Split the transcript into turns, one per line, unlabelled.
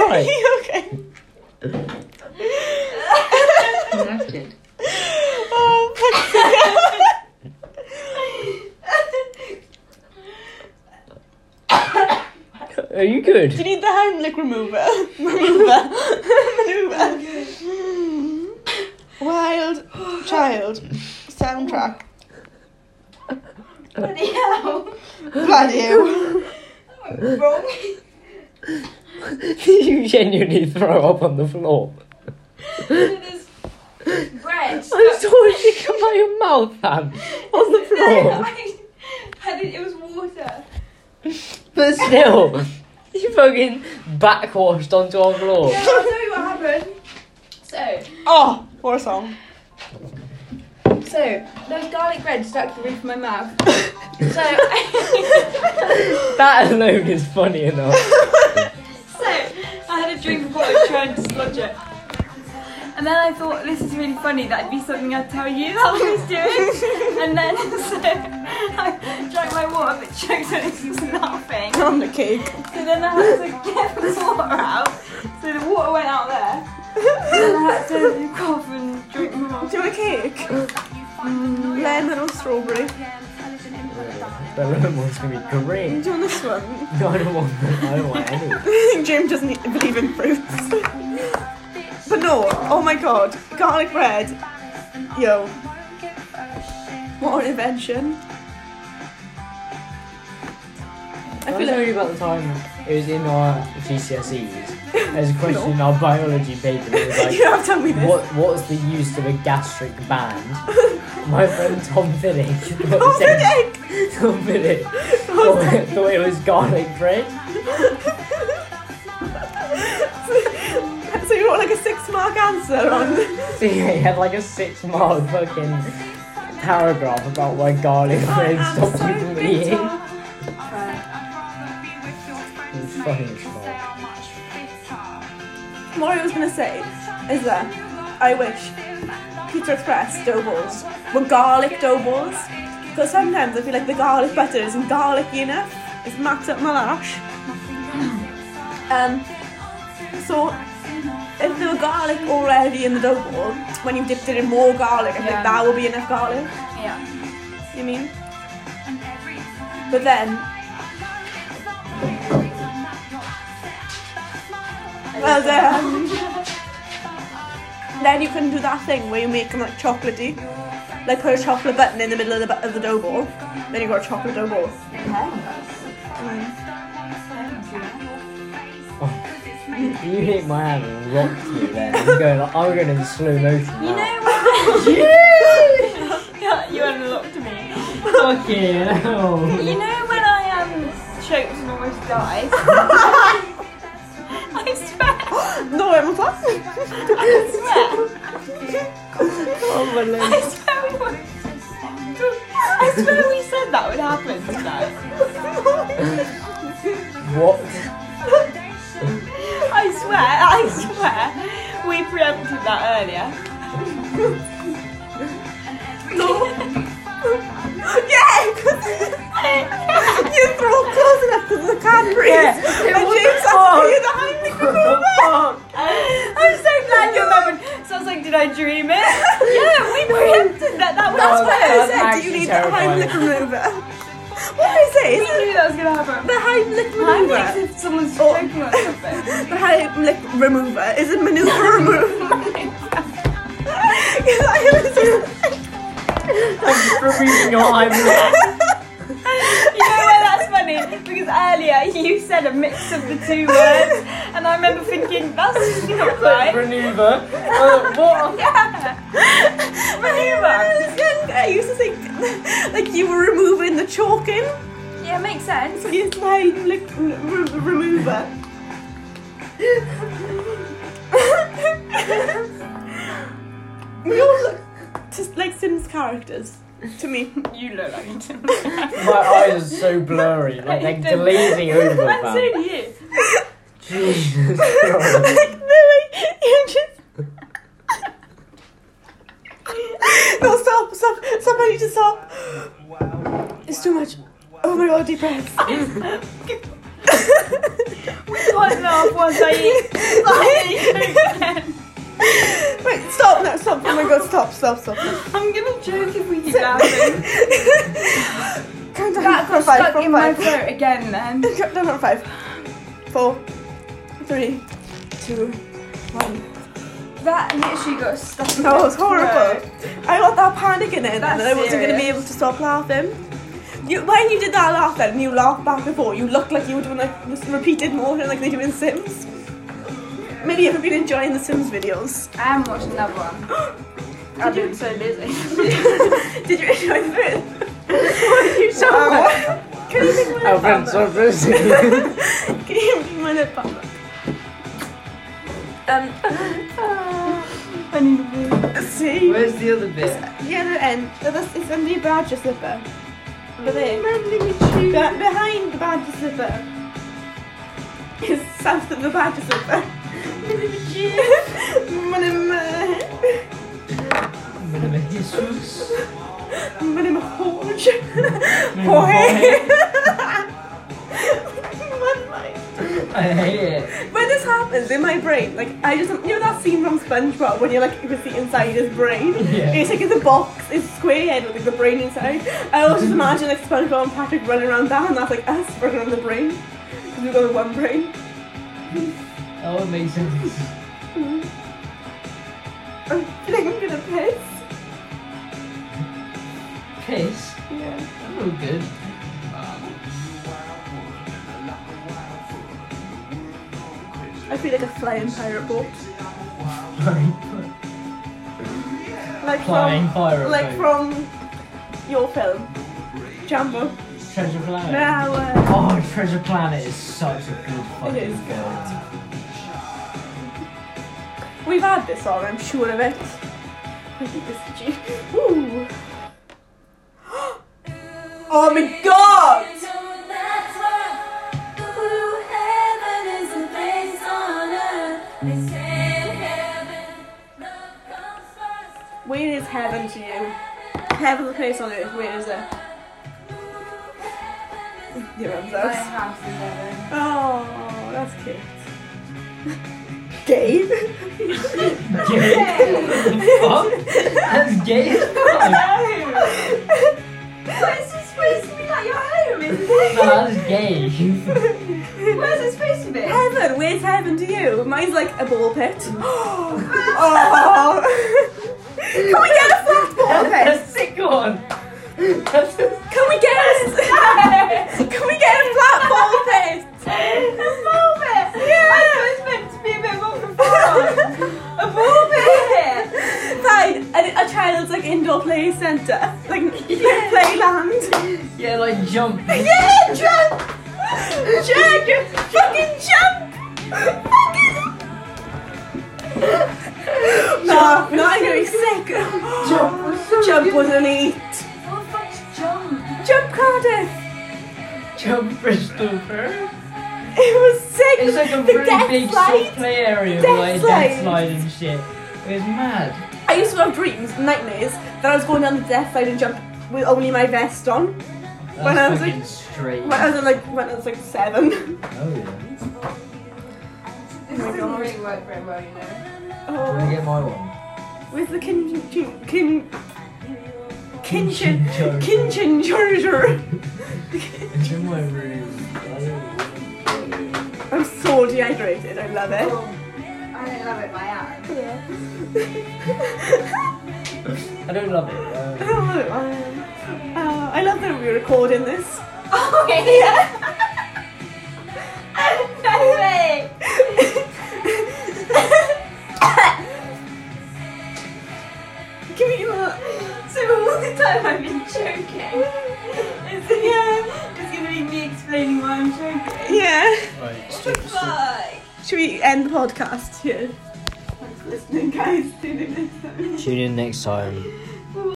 fine.
okay?
Connected.
oh,
Are you good?
Do you need the hand lick remover? Remover. Maneuver. Wild child soundtrack.
Bloody hell.
Bloody hell.
That went wrong.
Did you genuinely throw up on the floor?
There's bread.
I saw it stick in my mouth, man. On the
No,
floor.
I, I did, it was water.
But still, you fucking backwashed onto our floor.
No, I'll tell you what happened. So,
Oh, what a song.
so there was garlic bread stuck to the roof of my mouth. So, I,
That alone is funny enough.
so I had a drink of water trying to dislodge it. And then I thought, this is really funny, that'd be something I'd tell you that I was doing. And then, so I drank my water but choked on it and was laughing.
On the cake.
So then I had to get the water out. So the water went out there. And I had to cough and drink more.
Do a cake. Mm, Lemon or strawberry.
The room was gonna be
Do
great.
you want this one?
No, I don't want that. I don't want any.
James doesn't e-, believe in fruits. but no, oh my god. Garlic bread. Yo. What an invention.
I feel like about the time it was in our GCSEs. There's a question in our biology paper that was like,
you have to tell me this.
What What's the use of a gastric band? My friend Tom Finnick. Tom Tom Finnick. Thought, thought it was garlic bread.
so you want like a six mark answer on
So yeah, he had like a six mark fucking paragraph about why garlic bread stops you from eating. It's fucking smart.
what I was gonna say is that I wish Pizza Express dough balls were garlic dough balls because sometimes I feel like the garlic butter isn't garlicky enough. It's maxed up my lash. Um, so if there were garlic already in the dough ball, when you dipped it in more garlic, I think
Yeah.
that would be enough garlic.
Yeah.
You mean? But then. Well then. Then you can do that thing where you make them like chocolatey. Like put a chocolate button in the middle of the, bu- of the dough ball. Then you got a chocolate dough ball.
You hit my hand and rocked me there. I'm going, I'm going in slow motion. now.
You know what? yeah, you unlocked me.
Fucking hell.
You know when I um choked and almost died? I swear.
No, I'm fast.
I swear.
Unbelievable.
I swear we were. I swear we said that would happen tonight.
What?
I swear, I swear. We preempted that earlier.
No.
Uh,
yeah! you throw close enough to the camera.
Yeah.
And James has to be behind me for
Fuck.
I'm so glad you remembered. So I was like, did I dream it? yeah, we preempted that. That was
That's
Oh,
what I
that's
said. Do
actually
you need the
terrifying.
Heimlich remover? What did I say?
We
Is it
knew that was gonna happen.
the Heimlich
I'm
remover?
like, if someone's
Oh.
joking or something.
the Heimlich remover is a maneuver remover. Because I was
Thank you for reading your eyes.
You know why that's funny? Because earlier you said a mix of the two words, and I remember thinking that's not right.
Maneuver. Uh, what?
Yeah, maneuver.
I used to think like you were removing the chalking.
Yeah, makes sense.
So you Heimlich re- remover. we all look just like Sims characters to me.
You look like it.
My eyes are so blurry, like they're glazing over,
And so
man.
do you.
Jesus Christ.
like Lily, you just. no, stop, stop, somebody just stop. It's too much. Oh my god, deep breaths.
one and a half once I eat. I eat
Wait, stop now, stop. Oh my god, stop, stop, stop.
I'm gonna joke if we keep laughing.
Count down
That
from
got
five,
stuck
from
in my
five.
throat again then.
Count down from five. Four, three, two, one.
That literally got stuck in
That
my
was horrible.
throat.
I got that panic in it and
That's
I wasn't going to be
serious.
able to stop laughing. You, when you did that laugh then, you laughed back before, you looked like you were doing like this repeated motion like they do in Sims. Maybe you've been enjoying the Sims videos.
I am watching another one. I've been so busy.
Did you enjoy the video? what you show wow. Can you think of
I've been so busy.
Can you give me my lip balm?
I need a boo.
Um, See?
Where's the other bit?
The other end. So this is under your badger slipper. But there. Be- behind the badger slipper. Is south of the badger slipper. Minimum
Jesus.
Hodge. Hodge.
I hate it.
When this happens in my brain, like I just you know that scene from SpongeBob when you're like you can see inside his brain.
Yeah.
It's like in the box, it's square head with like, the brain inside. I always just imagine like SpongeBob and Patrick running around that, and that's like us running around the brain because we've got the one brain.
That would make sense.
I'm feeling I'm gonna piss.
Piss.
Yeah.
Oh, good.
I feel like a flying pirate boat, like
Flying
from
pirate.
like
boat.
from your film, Jumbo.
Treasure Planet.
Now. Uh,
Oh, Treasure Planet is such a good fucking
is good.
film.
We've had this on, I'm sure of it. I think this is G. Ooh. Oh my god! Where is heaven to you? Heaven's a place on earth, where is it? Your mum's
My
house.
house is heaven.
Oh, that's cute. Gabe?
Gay? Fuck? That's gay as fuck. No,
Where's it supposed to be like your home, isn't it?
that's gay.
Where's it supposed to be?
Heaven, where's heaven to you? Mine's like a ball pit. oh. Can we get a flat ball pit?
That's a sick one. That's a
Can we get a Can we get a flat ball pit?
A ball pit! I thought it was meant to be a bit more profound. a ball pit!
Right, a, a child's like indoor play centre, like playland.
Yeah, like jump.
Yeah, jump, jump, fucking jump, fucking. No, no, I'm going sick. Jump, jump was an eight.
What the fuck's jump?
Jump, Cardiff.
Jump Bristol Fair.
It was sick.
It's like a
the
really
death
big
slide.
soft play area with
Death
like
slide.
death slide and shit. It was mad.
I used to have dreams, nightmares, that I was going down the death slide and jump with only my vest on.
That's
When I was
fucking
like-
straight.
When I was in, like when I was like seven.
Oh yeah.
This doesn't really work very well, you know.
Can I
Oh,
get my one?
with the kin kin kin kinchin
Kinchin
kinchin charger.
It's in my room. I don't-
I'm so dehydrated. I love
Eh?
it.
Oh, I don't love it, my ass.
I don't love it. Uh,
Oh, uh, I love that we're recording this.
Oh, yeah! no way!
Give me that.
So all the time I've been joking. It's, yeah, it's gonna be me explaining why I'm joking.
Yeah.
right.
What the fuck?
Should we end the podcast here? Thanks for listening, guys. See you next time.
Tune in next time.